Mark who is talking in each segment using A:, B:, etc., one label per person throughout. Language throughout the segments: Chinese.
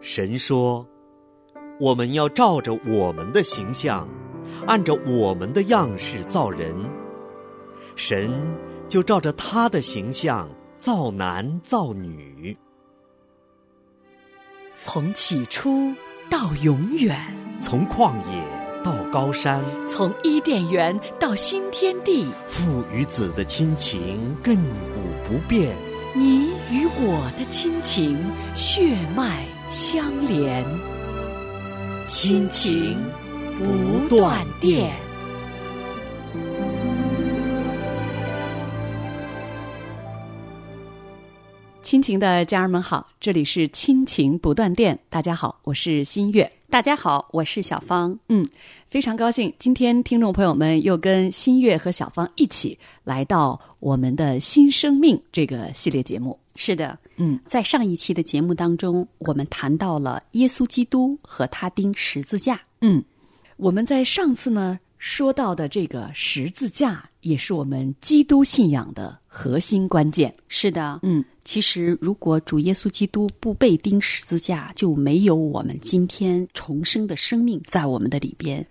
A: 神说：“我们要照着我们的形象，按照我们的样式造人。”神就照着他的形象造男造女。
B: 从起初到永远，
A: 从旷野到高山，
B: 从伊甸园到新天地，
A: 父与子的亲情亘古不变。
B: 你与我的亲情血脉相连，亲情不断电。亲情的家人们好，这里是亲情不断电。大家好，我是新月。
C: 大家好，我是小芳。
B: 嗯，非常高兴，今天听众朋友们又跟新月和小芳一起来到我们的新生命这个系列节目。
C: 是的，
B: 嗯，
C: 在上一期的节目当中，我们谈到了耶稣基督和他钉十字架。
B: 嗯，我们在上次呢说到的这个十字架，也是我们基督信仰的核心关键。
C: 是的，
B: 嗯，
C: 其实如果主耶稣基督不被钉十字架，就没有我们今天重生的生命在我们的里边。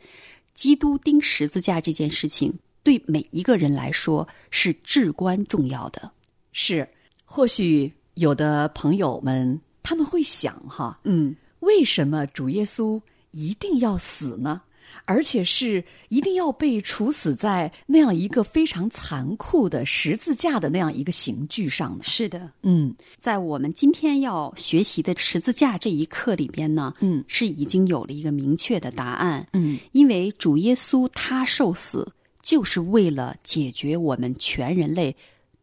C: 基督钉十字架这件事情，对每一个人来说是至关重要的。
B: 是，或许有的朋友们他们会想哈，
C: 嗯，
B: 为什么主耶稣一定要死呢？而且是一定要被处死在那样一个非常残酷的十字架的那样一个刑具上呢？
C: 是的，
B: 嗯
C: 在我们今天要学习的十字架这一课里边呢，
B: 嗯
C: 是已经有了一个明确的答案。
B: 嗯，
C: 因为主耶稣他受死，就是为了解决我们全人类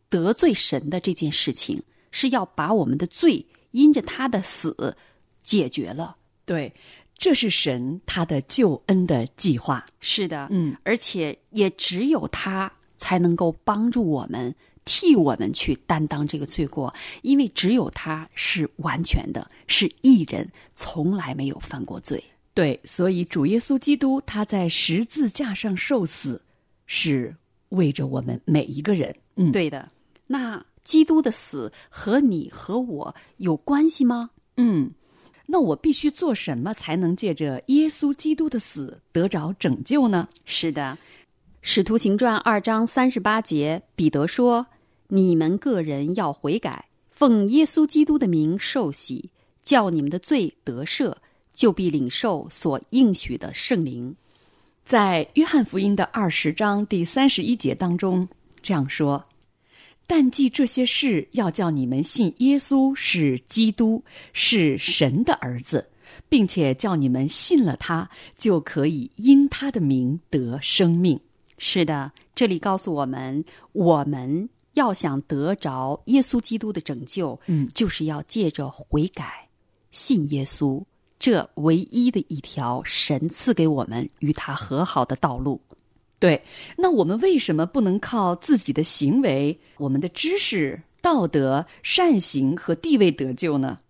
C: 得罪神的这件事情，是要把我们的罪因着他的死解决了。
B: 对，这是神他的救恩的计划。
C: 是的，
B: 嗯
C: 而且也只有他才能够帮助我们，替我们去担当这个罪过，因为只有他是完全的，是一人，从来没有犯过罪。
B: 对，所以主耶稣基督他在十字架上受死，是为着我们每一个人。嗯，
C: 对的，那基督的死和你和我有关系吗？
B: 嗯，那我必须做什么才能借着耶稣基督的死得着拯救呢？
C: 是的，《使徒行传》二章三十八节，彼得说：“你们个人要悔改，奉耶稣基督的名受洗，叫你们的罪得赦，就必领受所应许的圣灵。
B: 在约翰福音的二十章第三十一节当中这样说：“但记这些事，要叫你们信耶稣是基督，是神的儿子，并且叫你们信了他，就可以因他的名得生命。””
C: 是的，这里告诉我们，我们要想得着耶稣基督的拯救，
B: 嗯，
C: 就是要借着悔改，信耶稣。这唯一的一条神赐给我们与他和好的道路。
B: 对，那我们为什么不能靠自己的行为、我们的知识、道德、善行和地位得救呢？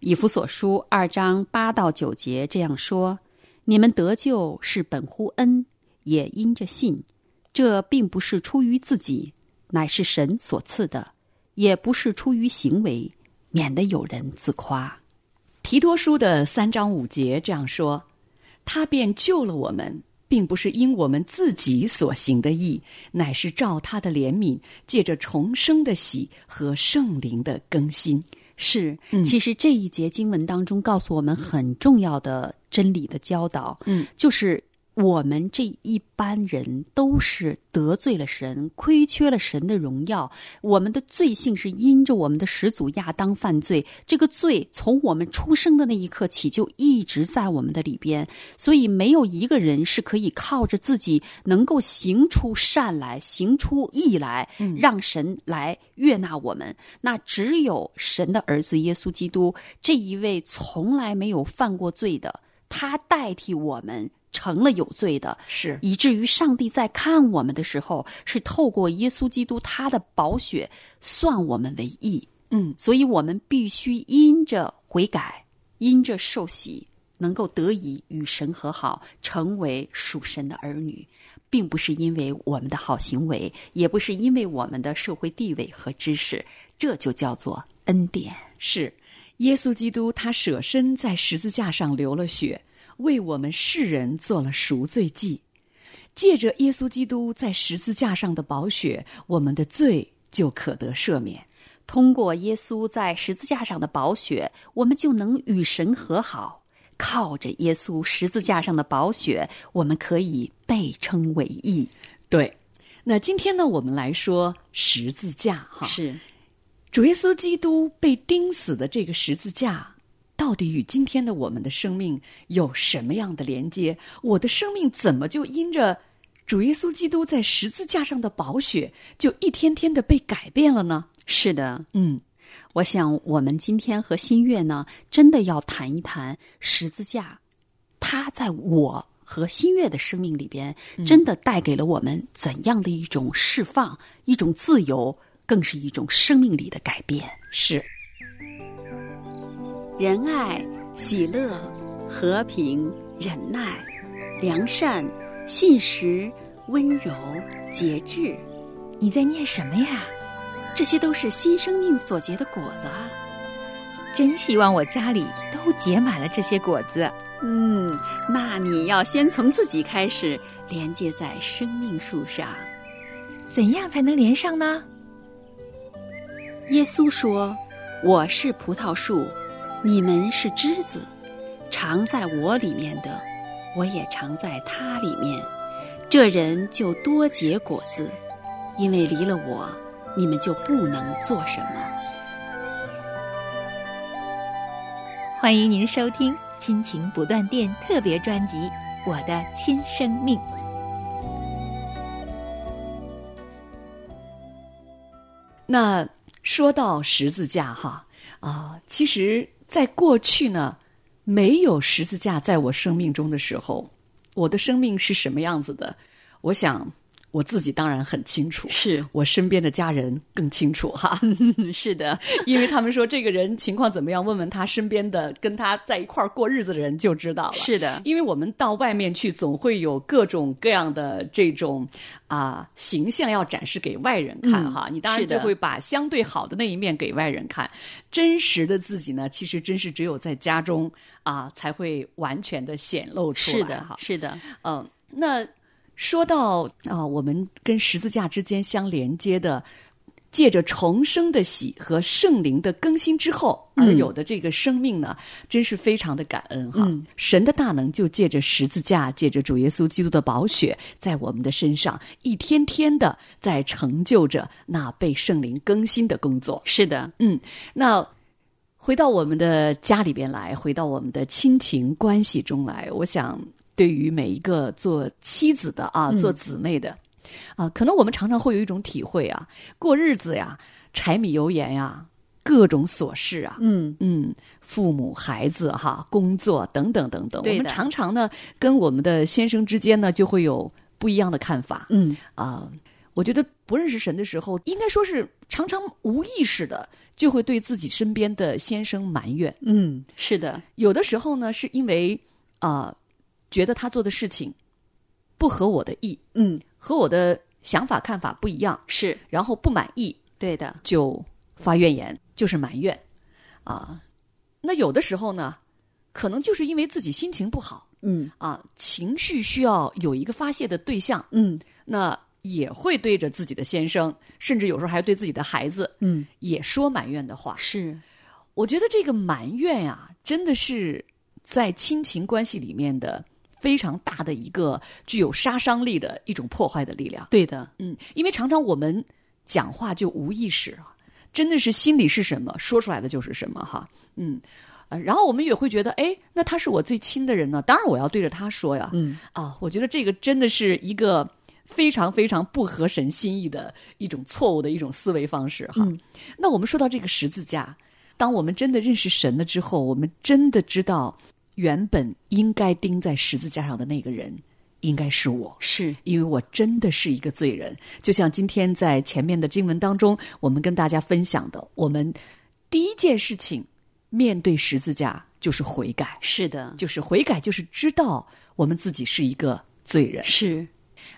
C: 以弗所书二章八到九节这样说：“你们得救是本乎恩，也因着信。这并不是出于自己，乃是神所赐的；也不是出于行为，免得有人自夸。
B: 提多书的三章五节这样说：“他便救了我们，并不是因我们自己所行的义，乃是照他的怜悯，借着重生的喜和圣灵的更新。”
C: 是，其实这一节经文当中告诉我们很重要的真理的教导，
B: 嗯，
C: 就是我们这一般人都是得罪了神，亏缺了神的荣耀。我们的罪性是因着我们的始祖亚当犯罪，这个罪从我们出生的那一刻起就一直在我们的里边，所以没有一个人是可以靠着自己能够行出善来、行出义来，让神来悦纳我们。那只有神的儿子耶稣基督这一位从来没有犯过罪的，他代替我们成了有罪的，
B: 是
C: 以至于上帝在看我们的时候，是透过耶稣基督他的宝血算我们为义。
B: 嗯，
C: 所以我们必须因着悔改，因着受洗，能够得以与神和好，成为属神的儿女，并不是因为我们的好行为，也不是因为我们的社会地位和知识，这就叫做恩典。
B: 是，耶稣基督他舍身在十字架上流了血，为我们世人做了赎罪祭。借着耶稣基督在十字架上的宝血，我们的罪就可得赦免。
C: 通过耶稣在十字架上的宝血，我们就能与神和好。靠着耶稣十字架上的宝血，我们可以被称为义。
B: 对，那今天呢，我们来说十字架哈，
C: 是
B: 主耶稣基督被钉死的这个十字架，到底与今天的我们的生命有什么样的连接？我的生命怎么就因着主耶稣基督在十字架上的宝血，就一天天的被改变了呢？
C: 是的，
B: 嗯，
C: 我想我们今天和新月呢，真的要谈一谈十字架，它在我和新月的生命里边，真的带给了我们怎样的一种释放，一种自由，更是一种生命里的改变。
B: 是
C: 仁爱、喜乐、和平、忍耐、良善、信实、温柔、节制，
D: 你在念什么呀？
C: 这些都是新生命所结的果子啊。
D: 真希望我家里都结满了这些果子。
C: 嗯，那你要先从自己开始，连接在生命树上。
D: 怎样才能连上呢？
C: 耶稣说：“我是葡萄树，你们是枝子。常在我里面的，我也常在他里面。这人就多结果子，因为离了我，你们就不能做什么。
D: 欢迎您收听《亲情不断电》特别专辑《我的新生命》。
B: 那说到十字架哈啊，其实，在过去呢，没有十字架在我生命中的时候，我的生命是什么样子的？我想我自己当然很清楚，
C: 是
B: 我身边的家人更清楚哈，
C: 是的，
B: 因为他们说这个人情况怎么样，问问他身边的跟他在一块儿过日子的人就知道了。
C: 是的，
B: 因为我们到外面去，总会有各种各样的这种啊、形象要展示给外人看哈。你当然
C: 嗯是的
B: 就会把相对好的那一面给外人看，真实的自己呢，其实真是只有在家中啊、才会完全的显露出来
C: 是的
B: 哈，。
C: 是的，
B: 嗯，那说到啊、我们跟十字架之间相连接的，借着重生的喜和圣灵的更新之后而有的这个生命呢，真是非常的感恩哈。神的大能就借着十字架，借着主耶稣基督的宝血，在我们的身上一天天的在成就着那被圣灵更新的工作。
C: 是的，
B: 那回到我们的家里边来，回到我们的亲情关系中来，我想对于每一个做妻子的啊，做姊妹的、啊，可能我们常常会有一种体会啊，过日子呀，柴米油盐呀，各种琐事啊，
C: 嗯，
B: 嗯，父母、孩子哈，工作等等等等，我
C: 对的
B: 们常常呢跟我们的先生之间呢就会有不一样的看法，
C: 嗯，
B: 啊、我觉得不认识神的时候，应该说是常常无意识的就会对自己身边的先生埋怨。
C: 嗯，是的，
B: 有的时候呢，是因为啊、觉得他做的事情不合我的意，
C: 嗯，
B: 和我的想法看法不一样，
C: 是
B: 然后不满意，
C: 对的，
B: 就发怨言，就是埋怨啊。那有的时候呢，可能就是因为自己心情不好
C: 嗯
B: 啊，情绪需要有一个发泄的对象，
C: 嗯
B: 那也会对着自己的先生，甚至有时候还对自己的孩子
C: 嗯，
B: 也说埋怨的话。
C: 是
B: 我觉得这个埋怨呀、真的是在亲情关系里面的非常大的一个具有杀伤力的一种破坏的力量。
C: 对的，
B: 嗯，因为常常我们讲话就无意识啊，真的是心里是什么，说出来的就是什么哈。嗯，呃，然后我们也会觉得，哎，那他是我最亲的人呢，当然我要对着他说呀。
C: 嗯
B: 啊，我觉得这个真的是一个非常非常不合神心意的一种错误的一种思维方式哈。
C: 嗯
B: 那我们说到这个十字架，当我们真的认识神了之后，我们真的知道原本应该钉在十字架上的那个人应该是我。
C: 是，
B: 因为我真的是一个罪人。就像今天在前面的经文当中，我们跟大家分享的，我们第一件事情面对十字架就是悔改，
C: 是的，
B: 就是悔改，就是知道我们自己是一个罪人。
C: 是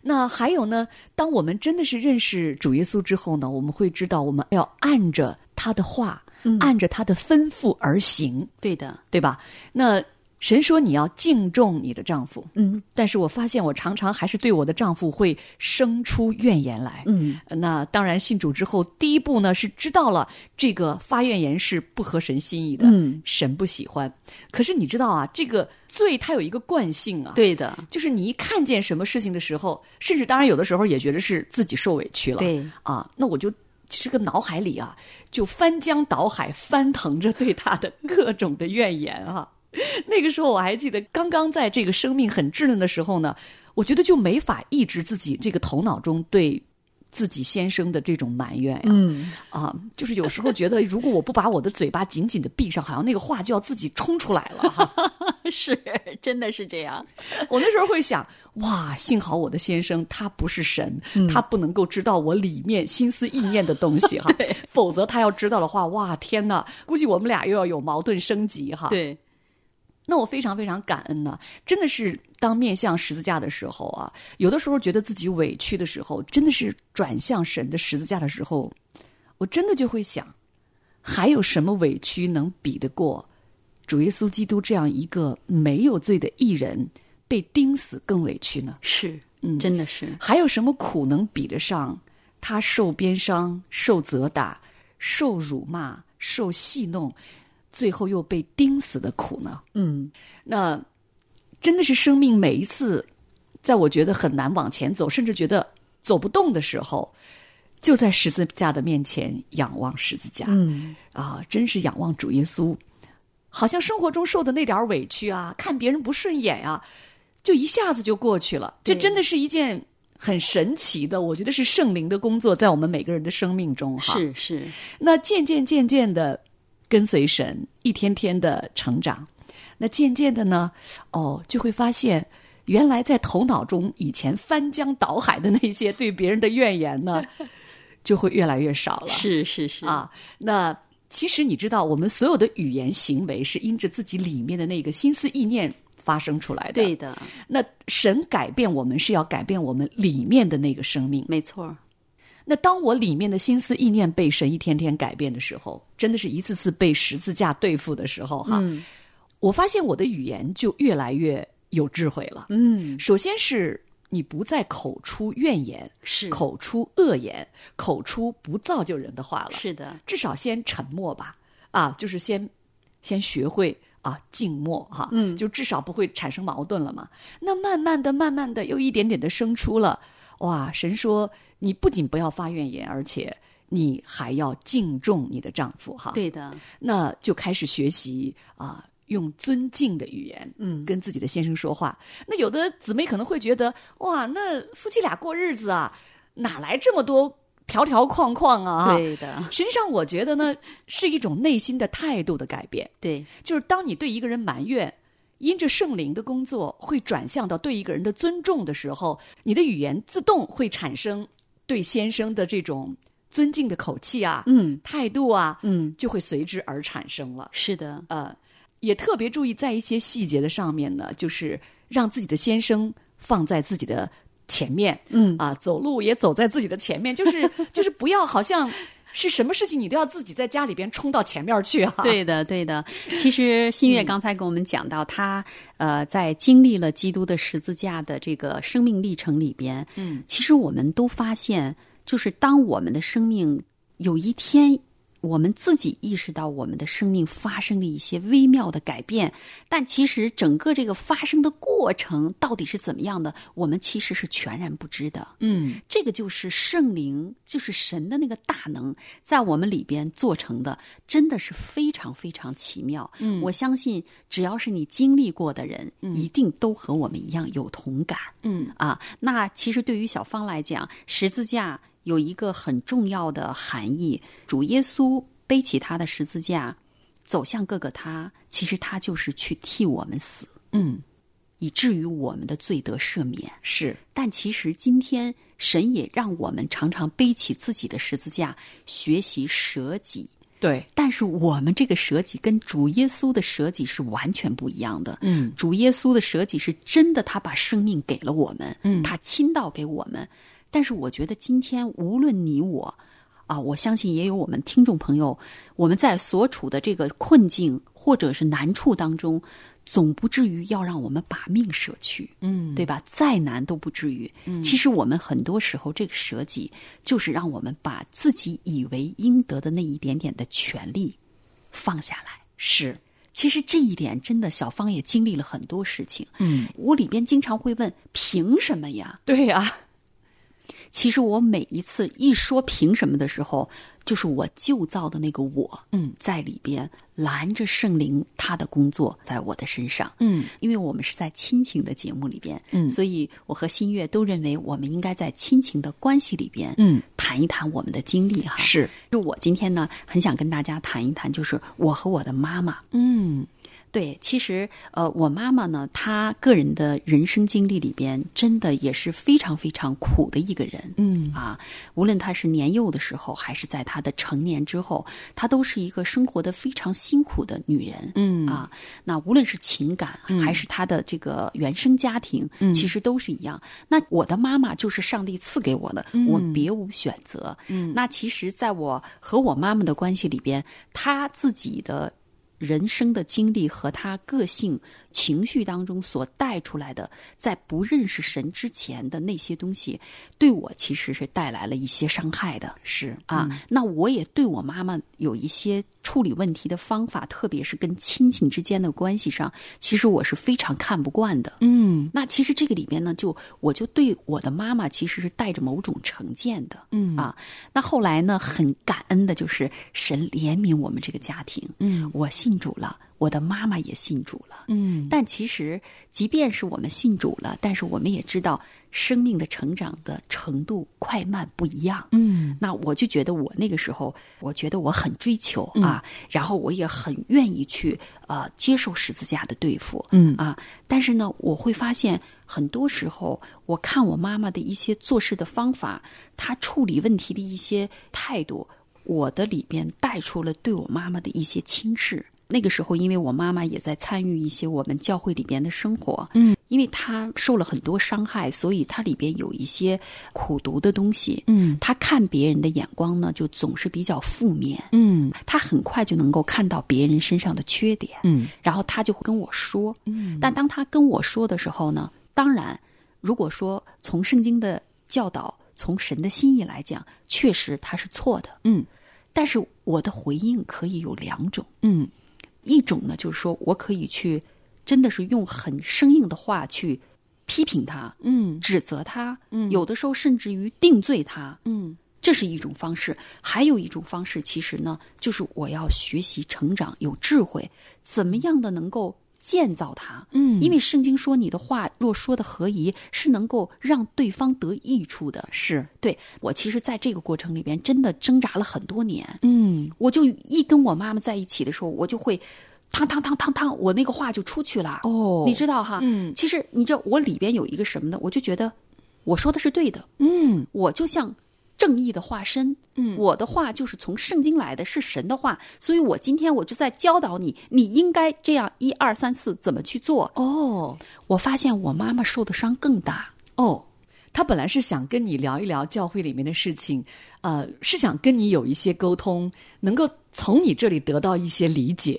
B: 那还有呢，当我们真的是认识主耶稣之后呢，我们会知道我们要按着他的话，
C: 嗯
B: 按着他的吩咐而行，
C: 对的，
B: 对吧？那神说你要敬重你的丈夫，
C: 嗯
B: 但是我发现我常常还是对我的丈夫会生出怨言来。
C: 嗯，
B: 那当然，信主之后，第一步呢是知道了这个发怨言是不合神心意的，
C: 嗯
B: 神不喜欢。可是你知道啊，这个罪它有一个惯性啊，，
C: 对的，
B: 就是你一看见什么事情的时候，甚至当然有的时候也觉得是自己受委屈了，
C: 对
B: 啊，那我就这个脑海里啊，就翻江倒海翻腾着对他的各种的怨言啊。那个时候我还记得，刚刚在这个生命很稚嫩的时候呢，我觉得就没法抑制自己这个头脑中对自己先生的这种埋怨呀、
C: 嗯，
B: 啊，就是有时候觉得，如果我不把我的嘴巴紧紧的闭上，好像那个话就要自己冲出来了哈。
C: 是，真的是这样，
B: 我那时候会想，哇，幸好我的先生他不是神，他不能够知道我里面心思意念的东西哈，否则他要知道的话，哇，天哪，估计我们俩又要有矛盾升级哈。，
C: 对，
B: 那我非常非常感恩呢、真的是当面向十字架的时候啊，有的时候觉得自己委屈的时候，真的是转向神的十字架的时候，我真的就会想，还有什么委屈能比得过主耶稣基督这样一个没有罪的艺人被钉死更委屈呢？
C: 是，嗯，真的是，
B: 还有什么苦能比得上他受鞭伤、受责打、受辱骂、受戏弄，最后又被钉死的苦呢？
C: 嗯，
B: 那真的是生命每一次，在我觉得很难往前走，甚至觉得走不动的时候，就在十字架的面前仰望十字架。
C: 嗯，
B: 啊，真是仰望主耶稣。好像生活中受的那点儿委屈啊，看别人不顺眼啊，就一下子就过去了。这
C: 对
B: 真的是一件很神奇的，我觉得是圣灵的工作在我们每个人的生命中哈。
C: 是是，
B: 那渐渐渐渐的跟随神，一天天的成长，那渐渐的呢，哦，就会发现。原来在头脑中以前翻江倒海的那些对别人的怨言 呢，就会越来越少了。
C: 是是是，
B: 啊，那其实你知道，我们所有的语言行为是因着自己里面的那个心思意念发生出来的。
C: 对，的，
B: 那神改变我们是要改变我们里面的那个生命。
C: 没错儿，
B: 那当我里面的心思意念被神一天天改变的时候，真的是一次次被十字架对付的时候，
C: 嗯
B: 哈，我发现我的语言就越来越有智慧了。
C: 嗯，
B: 首先是你不再口出怨言，
C: 是
B: 口出恶言，口出不造就人的话了。
C: 是的，
B: 至少先沉默吧，啊，就是先先学会啊静默哈、
C: 嗯
B: 就至少不会产生矛盾了嘛。那慢慢的、慢慢的，又一点点的生出了，哇！神说，你不仅不要发怨言，而且你还要敬重你的丈夫哈。，
C: 对的，
B: 那就开始学习啊。用尊敬的语言，
C: 嗯
B: 跟自己的先生说话。那有的姊妹可能会觉得，哇，那夫妻俩过日子啊，哪来这么多条条框框啊？
C: 对的，
B: 实际上，我觉得呢，是一种内心的态度的改变。
C: 对，
B: 就是当你对一个人埋怨，因着圣灵的工作会转向到对一个人的尊重的时候，你的语言自动会产生对先生的这种尊敬的口气啊、
C: 嗯
B: 态度啊，
C: 嗯，
B: 就会随之而产生了。
C: 是的，
B: 呃，也特别注意在一些细节的上面呢，就是让自己的先生放在自己的前面，
C: 嗯
B: 啊，走路也走在自己的前面，就是就是不要好像是什么事情你都要自己在家里边冲到前面去 啊。
C: 对的，对的。其实新月刚才跟我们讲到，她呃，在经历了基督的十字架的这个生命历程里边，
B: 嗯，
C: 其实我们都发现，就是当我们的生命有一天。我们自己意识到我们的生命发生了一些微妙的改变，但其实整个这个发生的过程到底是怎么样的，我们其实是全然不知的。
B: 嗯，
C: 这个就是圣灵，就是神的那个大能，在我们里边做成的，真的是非常非常奇妙。嗯，我相信只要是你经历过的人，一定都和我们一样有同感。
B: 嗯
C: 啊，那其实对于小芳来讲，十字架有一个很重要的含义，主耶稣背起他的十字架，走向各个他，其实他就是去替我们死，
B: 嗯，
C: 以至于我们的罪得赦免。
B: 是
C: 但其实今天，神也让我们常常背起自己的十字架，学习舍己。
B: 对，
C: 但是我们这个舍己跟主耶稣的舍己是完全不一样的。
B: 嗯
C: 主耶稣的舍己是真的，他把生命给了我们，嗯，他倾倒给我们。但是我觉得今天，无论你我，啊，我相信也有我们听众朋友，我们在所处的这个困境或者是难处当中，总不至于要让我们把命舍去，
B: 嗯，
C: 对吧？再难都不至于。其实我们很多时候这个舍己，就是让我们把自己以为应得的那一点点的权利放下来。
B: 是，
C: 其实这一点真的，小芳也经历了很多事情。
B: 嗯，
C: 我里边经常会问：凭什么呀？
B: 对啊呀、
C: 其实我每一次一说凭什么的时候，就是我旧造的那个我，
B: 嗯，
C: 在里边拦着圣灵他的工作在我的身上，
B: 嗯，
C: 因为我们是在亲情的节目里边，
B: 嗯
C: 所以我和新月都认为我们应该在亲情的关系里边，
B: 嗯，
C: 谈一谈我们的经历哈。，
B: 是，
C: 就我今天呢，很想跟大家谈一谈，就是我和我的妈妈，
B: 嗯
C: 对，其实呃，我妈妈呢，她个人的人生经历里边，真的也是非常非常苦的一个人。
B: 嗯
C: 啊，无论她是年幼的时候，还是在她的成年之后，她都是一个生活的非常辛苦的女人。
B: 嗯
C: 啊，那无论是情感还是她的这个原生家庭，
B: 嗯
C: 其实都是一样。那我的妈妈就是上帝赐给我的，
B: 嗯
C: 我别无选择。嗯，那其实，在我和我妈妈的关系里边，她自己的人生的经历和她个性、情绪当中所带出来的，在不认识神之前的那些东西，对我其实是带来了一些伤害的。
B: 是嗯
C: 啊，那我也对我妈妈有一些处理问题的方法，特别是跟亲戚之间的关系上，其实我是非常看不惯的。
B: 嗯
C: 那其实这个里边呢，就我就对我的妈妈其实是带着某种成见的，嗯啊。那后来呢，很感恩的就是神怜悯我们这个家庭，
B: 嗯，
C: 我信主了，我的妈妈也信主了，
B: 嗯
C: 但其实，即便是我们信主了，但是我们也知道生命的成长的程度快慢不一样。
B: 嗯
C: 那我就觉得我那个时候，我觉得我很追求
B: 嗯
C: 啊，然后我也很愿意去呃接受十字架的对付，
B: 嗯
C: 啊，但是呢，我会发现很多时候，我看我妈妈的一些做事的方法，她处理问题的一些态度，我的里边带出了对我妈妈的一些轻视。那个时候，因为我妈妈也在参与一些我们教会里边的生活，嗯，因为她受了很多伤害，所以她里边有一些苦读的东西，
B: 嗯
C: 她看别人的眼光呢，就总是比较负面，
B: 嗯
C: 她很快就能够看到别人身上的缺点，
B: 嗯
C: 然后他就会跟我说，嗯，但当他跟我说的时候呢，当然，如果说从圣经的教导，从神的心意来讲，确实他是错的，
B: 嗯，
C: 但是我的回应可以有两种，
B: 嗯
C: 一种呢就是说我可以去，真的是用很生硬的话去批评他，
B: 嗯
C: 指责他，嗯，有的时候甚至于定罪他，
B: 嗯
C: 这是一种方式，还有一种方式，其实呢，就是我要学习成长，有智慧，怎么样的能够建造它？
B: 嗯
C: 因为圣经说，你的话若说的合宜，是能够让对方得益处的。
B: 是，
C: 对我，其实在这个过程里边，真的挣扎了很多年。
B: 嗯
C: 我就一跟我妈妈在一起的时候，我就会，汤汤汤汤汤，我那个话就出去了。
B: 哦
C: 你知道哈？
B: 嗯
C: 其实你知道我里边有一个什么呢？我就觉得我说的是对的。
B: 嗯
C: 我就像正义的化身，嗯，我的话就是从圣经来的，是神的话，所以我今天我就在教导你，你应该这样一二三四怎么去做。
B: 哦
C: 我发现我妈妈受的伤更大，
B: 哦。他本来是想跟你聊一聊教会里面的事情，呃，是想跟你有一些沟通，能够从你这里得到一些理解。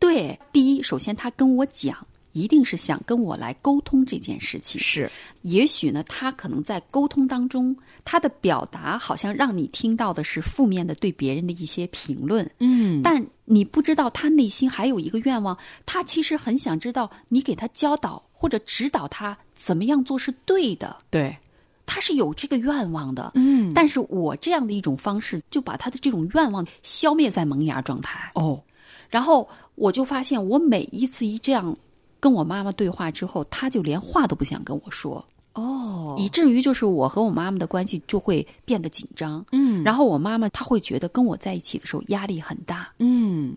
C: 对，第一，首先她跟我讲。一定是想跟我来沟通这件事情，
B: 是，
C: 也许呢，她可能在沟通当中，她的表达好像让你听到的是负面的对别人的一些评论，
B: 嗯
C: 但你不知道他内心还有一个愿望，他其实很想知道你给他教导或者指导他怎么样做是对的，
B: 对，
C: 他是有这个愿望的。
B: 嗯，
C: 但是我这样的一种方式，就把他的这种愿望消灭在萌芽状态。
B: 哦，
C: 然后我就发现，我每一次一这样跟我妈妈对话之后，她就连话都不想跟我说。
B: 哦，
C: 以至于就是我和我妈妈的关系就会变得紧张，
B: 嗯
C: 然后我妈妈她会觉得跟我在一起的时候压力很大，
B: 嗯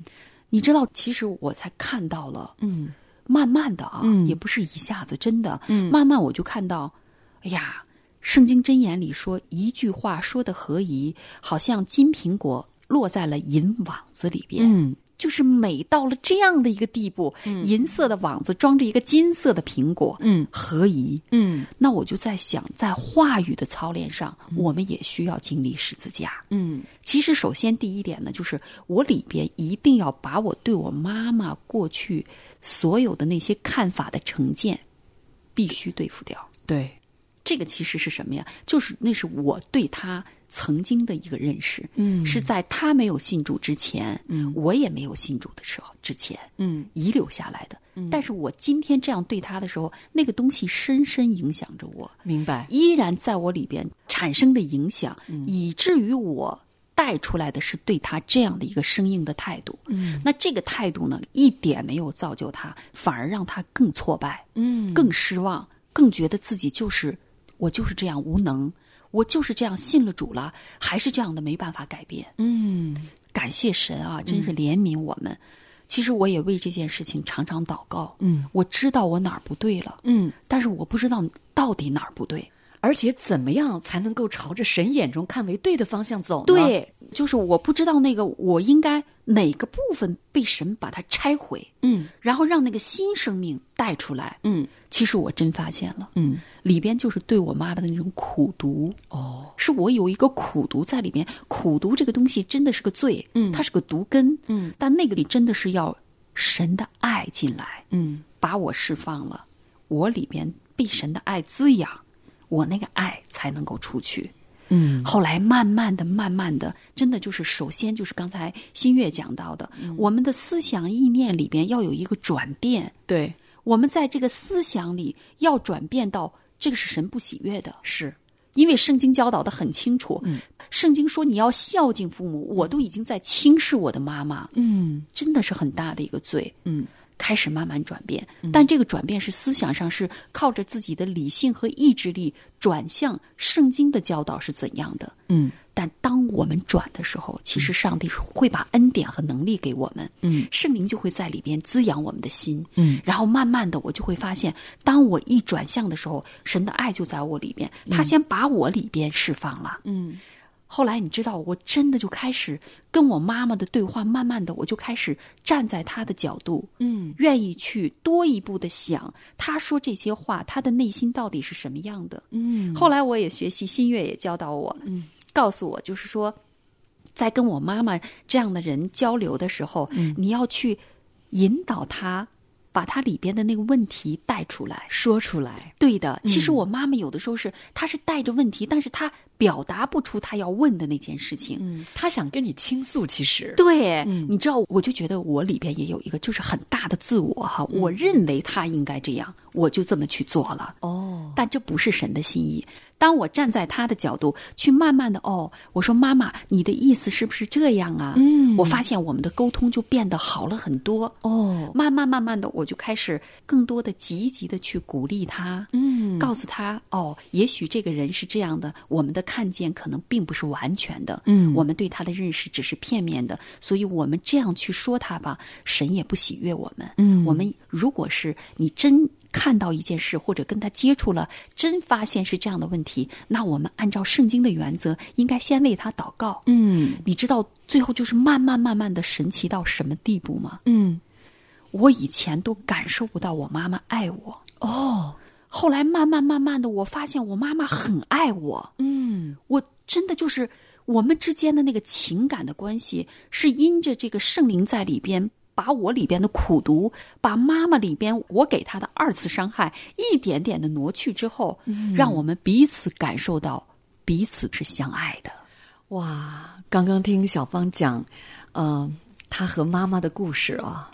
C: 你知道，其实我才看到了，
B: 嗯，
C: 慢慢的啊，
B: 嗯
C: 也不是一下子，真的，嗯，慢慢我就看到，哎呀，圣经箴言里说一句话说的何宜，好像金苹果落在了银网子里边，
B: 嗯
C: 就是美到了这样的一个地步，银色的网子装着一个金色的苹果，
B: 嗯
C: 何宜？
B: 嗯
C: 那我就在想，在话语的操练上，我们也需要经历十字架。
B: 嗯
C: 其实，首先第一点呢，就是我里边一定要把我对我妈妈过去所有的那些看法的成见，必须对付掉。
B: 对，
C: 这个其实是什么呀？就是那是我对他曾经的一个认识，
B: 嗯
C: 是在他没有信主之前，
B: 嗯
C: 我也没有信主的时候之前
B: 嗯
C: 遗留下来的。但是我今天这样对他的时候，那个东西深深影响着我，
B: 明白，
C: 依然在我里边产生的影响，
B: 嗯
C: 以至于我带出来的是对他这样的一个生硬的态度。嗯，那这个态度呢，一点没有造就他，反而让他更挫败，
B: 嗯
C: 更失望，更觉得自己就是我就是这样无能，我就是这样信了主了，还是这样的没办法改变。
B: 嗯
C: 感谢神啊，真是怜悯我们。其实我也为这件事情常常祷告。
B: 嗯，
C: 我知道我哪儿不对了，
B: 嗯，
C: 但是我不知道到底哪儿不对。
B: 而且怎么样才能够朝着神眼中看为对的方向走呢？，
C: 对，就是我不知道那个我应该哪个部分被神把它拆毁，
B: 嗯
C: 然后让那个新生命带出来。
B: 嗯
C: 其实我真发现了，
B: 嗯，
C: 里边就是对我妈妈的那种苦毒，
B: 哦，
C: 是我有一个苦毒在里边。苦毒这个东西真的是个罪，嗯，它是个毒根，
B: 嗯，
C: 但那个里真的是要神的爱进来，
B: 嗯
C: 把我释放了，我里边被神的爱滋养，我那个爱才能够出去。
B: 嗯
C: 后来慢慢的、慢慢的，真的就是首先就是刚才新月讲到的，
B: 嗯
C: 我们的思想意念里边要有一个转变，
B: 对，
C: 我们在这个思想里要转变到这个是神不喜悦的，
B: 是，
C: 因为圣经教导的很清楚，
B: 嗯
C: 圣经说你要孝敬父母，我都已经在轻视我的妈妈，
B: 嗯
C: 真的是很大的一个罪。
B: 嗯，
C: 开始慢慢转变，但这个转变是思想上是靠着自己的理性和意志力转向圣经的教导是怎样的。
B: 嗯
C: 但当我们转的时候，其实上帝会把恩典和能力给我们，
B: 嗯，
C: 圣灵就会在里边滋养我们的心，
B: 嗯，
C: 然后慢慢的我就会发现，当我一转向的时候，神的爱就在我里边，他先把我里边释放了，
B: 嗯
C: 后来你知道，我真的就开始跟我妈妈的对话，慢慢的我就开始站在她的角度，
B: 嗯
C: 愿意去多一步的想，她说这些话，她的内心到底是什么样的。
B: 嗯
C: 后来我也学习，新月也教导我，告诉我就是说，在跟我妈妈这样的人交流的时候，你要去引导她，把她里边的那个问题带出来。
B: 说出来，
C: 对的，其实我妈妈有的时候是，她是带着问题，但是她表达不出她要问的那件事情。
B: 嗯，他想跟你倾诉，其实，
C: 对，你知道，我就觉得我里边也有一个就是很大的自我哈，我认为她应该这样，我就这么去做了。
B: 哦，
C: 但这不是神的心意。当我站在他的角度去慢慢的哦，我说妈妈，你的意思是不是这样啊？
B: 嗯
C: 我发现我们的沟通就变得好了很多。
B: 哦，
C: 慢慢慢慢的，我就开始更多的积极的去鼓励他，
B: 嗯
C: 告诉他哦，也许这个人是这样的，我们的看见可能并不是完全的，
B: 嗯
C: 我们对他的认识只是片面的，所以我们这样去说他吧，神也不喜悦我们，
B: 嗯
C: 我们如果是你真。看到一件事，或者跟他接触了，真发现是这样的问题，那我们按照圣经的原则，应该先为他祷告。
B: 嗯
C: 你知道最后就是慢慢慢慢的神奇到什么地步吗？
B: 嗯
C: 我以前都感受不到我妈妈爱我哦，后来慢慢慢慢的，我发现我妈妈很爱我，
B: 嗯
C: 我真的就是我们之间的那个情感的关系，是因着这个圣灵在里边。把我里边的苦毒，把妈妈里边我给她的二次伤害，一点点的挪去之后，让我们彼此感受到彼此是相爱的。
B: 哇，刚刚听小芳讲，呃，她和妈妈的故事啊。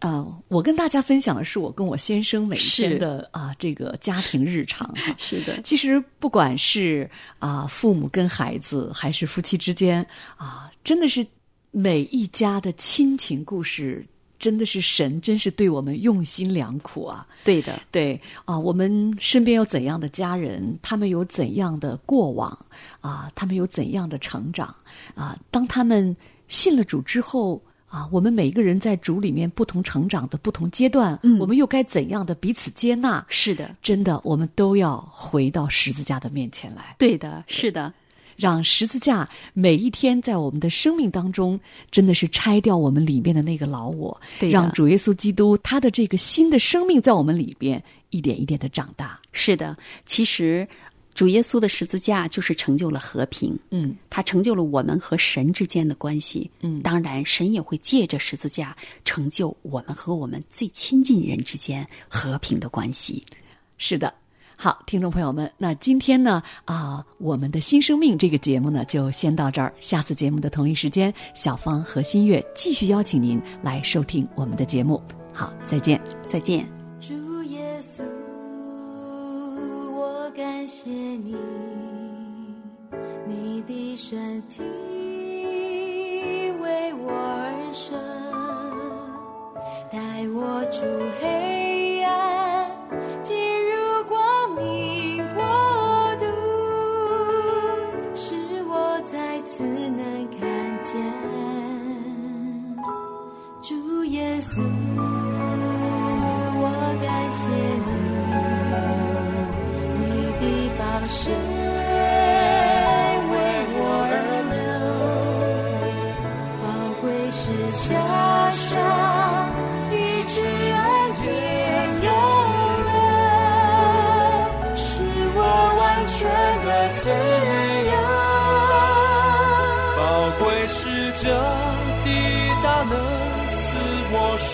B: 呃，我跟大家分享的是我跟我先生每一天
C: 是
B: 的啊、这个家庭日常哈、
C: 是的，
B: 其实不管是啊、父母跟孩子，还是夫妻之间啊、真的是每一家的亲情故事，真的是神真是对我们用心良苦啊。
C: 对的，
B: 对啊，我们身边有怎样的家人，他们有怎样的过往啊，他们有怎样的成长啊？当他们信了主之后啊，我们每一个人在主里面不同成长的不同阶段，我们又该怎样的彼此接纳？
C: 是的，
B: 真的，我们都要回到十字架的面前来。
C: 对的，是的，
B: 让十字架每一天在我们的生命当中，真的是拆掉我们里面的那个老我，
C: 对的
B: 让主耶稣基督他的这个新的生命在我们里边一点一点的长大。
C: 是的，其实主耶稣的十字架就是成就了和平，
B: 嗯，
C: 他成就了我们和神之间的关系，嗯，当然神也会借着十字架成就我们和我们最亲近人之间和平的关系。
B: 是的。好，听众朋友们，那今天呢啊、我们的新生命这个节目呢就先到这儿，下次节目的同一时间，小芳和新月继续邀请您来收听我们的节目。好，再见。
C: 再见。
E: 主耶稣，我感谢你，你的身体为我而生，带我出黑暗，进入光明国度，使我再次能看见。主耶稣，我感谢你，你的宝血为我而流，宝贵是加上一直恩典永流，使我完全的自由。
F: 宝贵是家的大能赐我生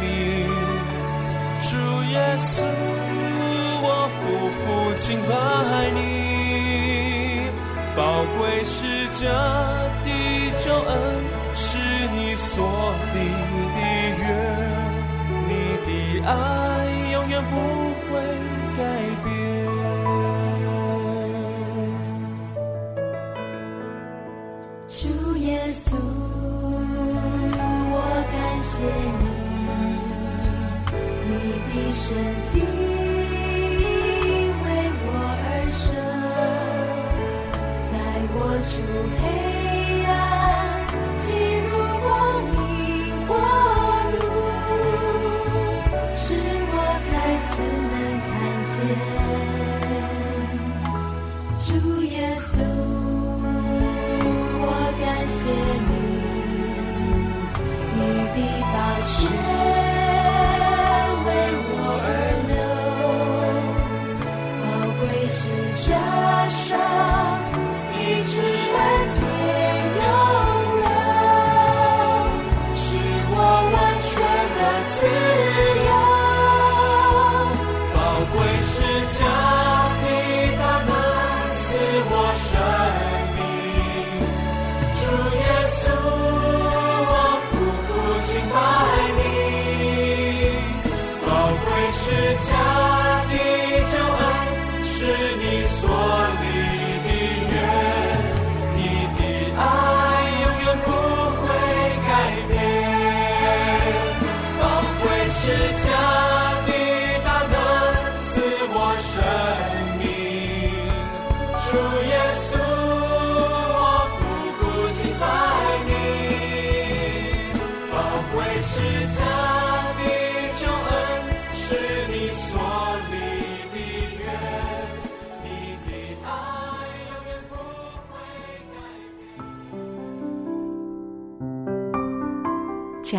F: 命，主耶稣，我夫妇敬拜你。宝贵是家的救恩，是你所立的约，你的爱永远不会改变。
E: 主耶稣，我感谢你，你的身体为我而生，带我出黑暗，进入光明国度，使我再次能看见。主耶稣，我感谢你，你的宝血为我而流，宝贵是加上一直蓝天永流，使我完全的自由。
F: 宝贵是家的大能赐我生命，主耶稣，我夫妇敬拜你。宝贵是家的救恩，是你所立的约，你的爱永远不会改变。宝贵是家的大能赐我生命，主耶稣，我夫妇敬拜你。宝贵是家的救恩，是你所立的约，你的爱永远不会改变。
B: 亲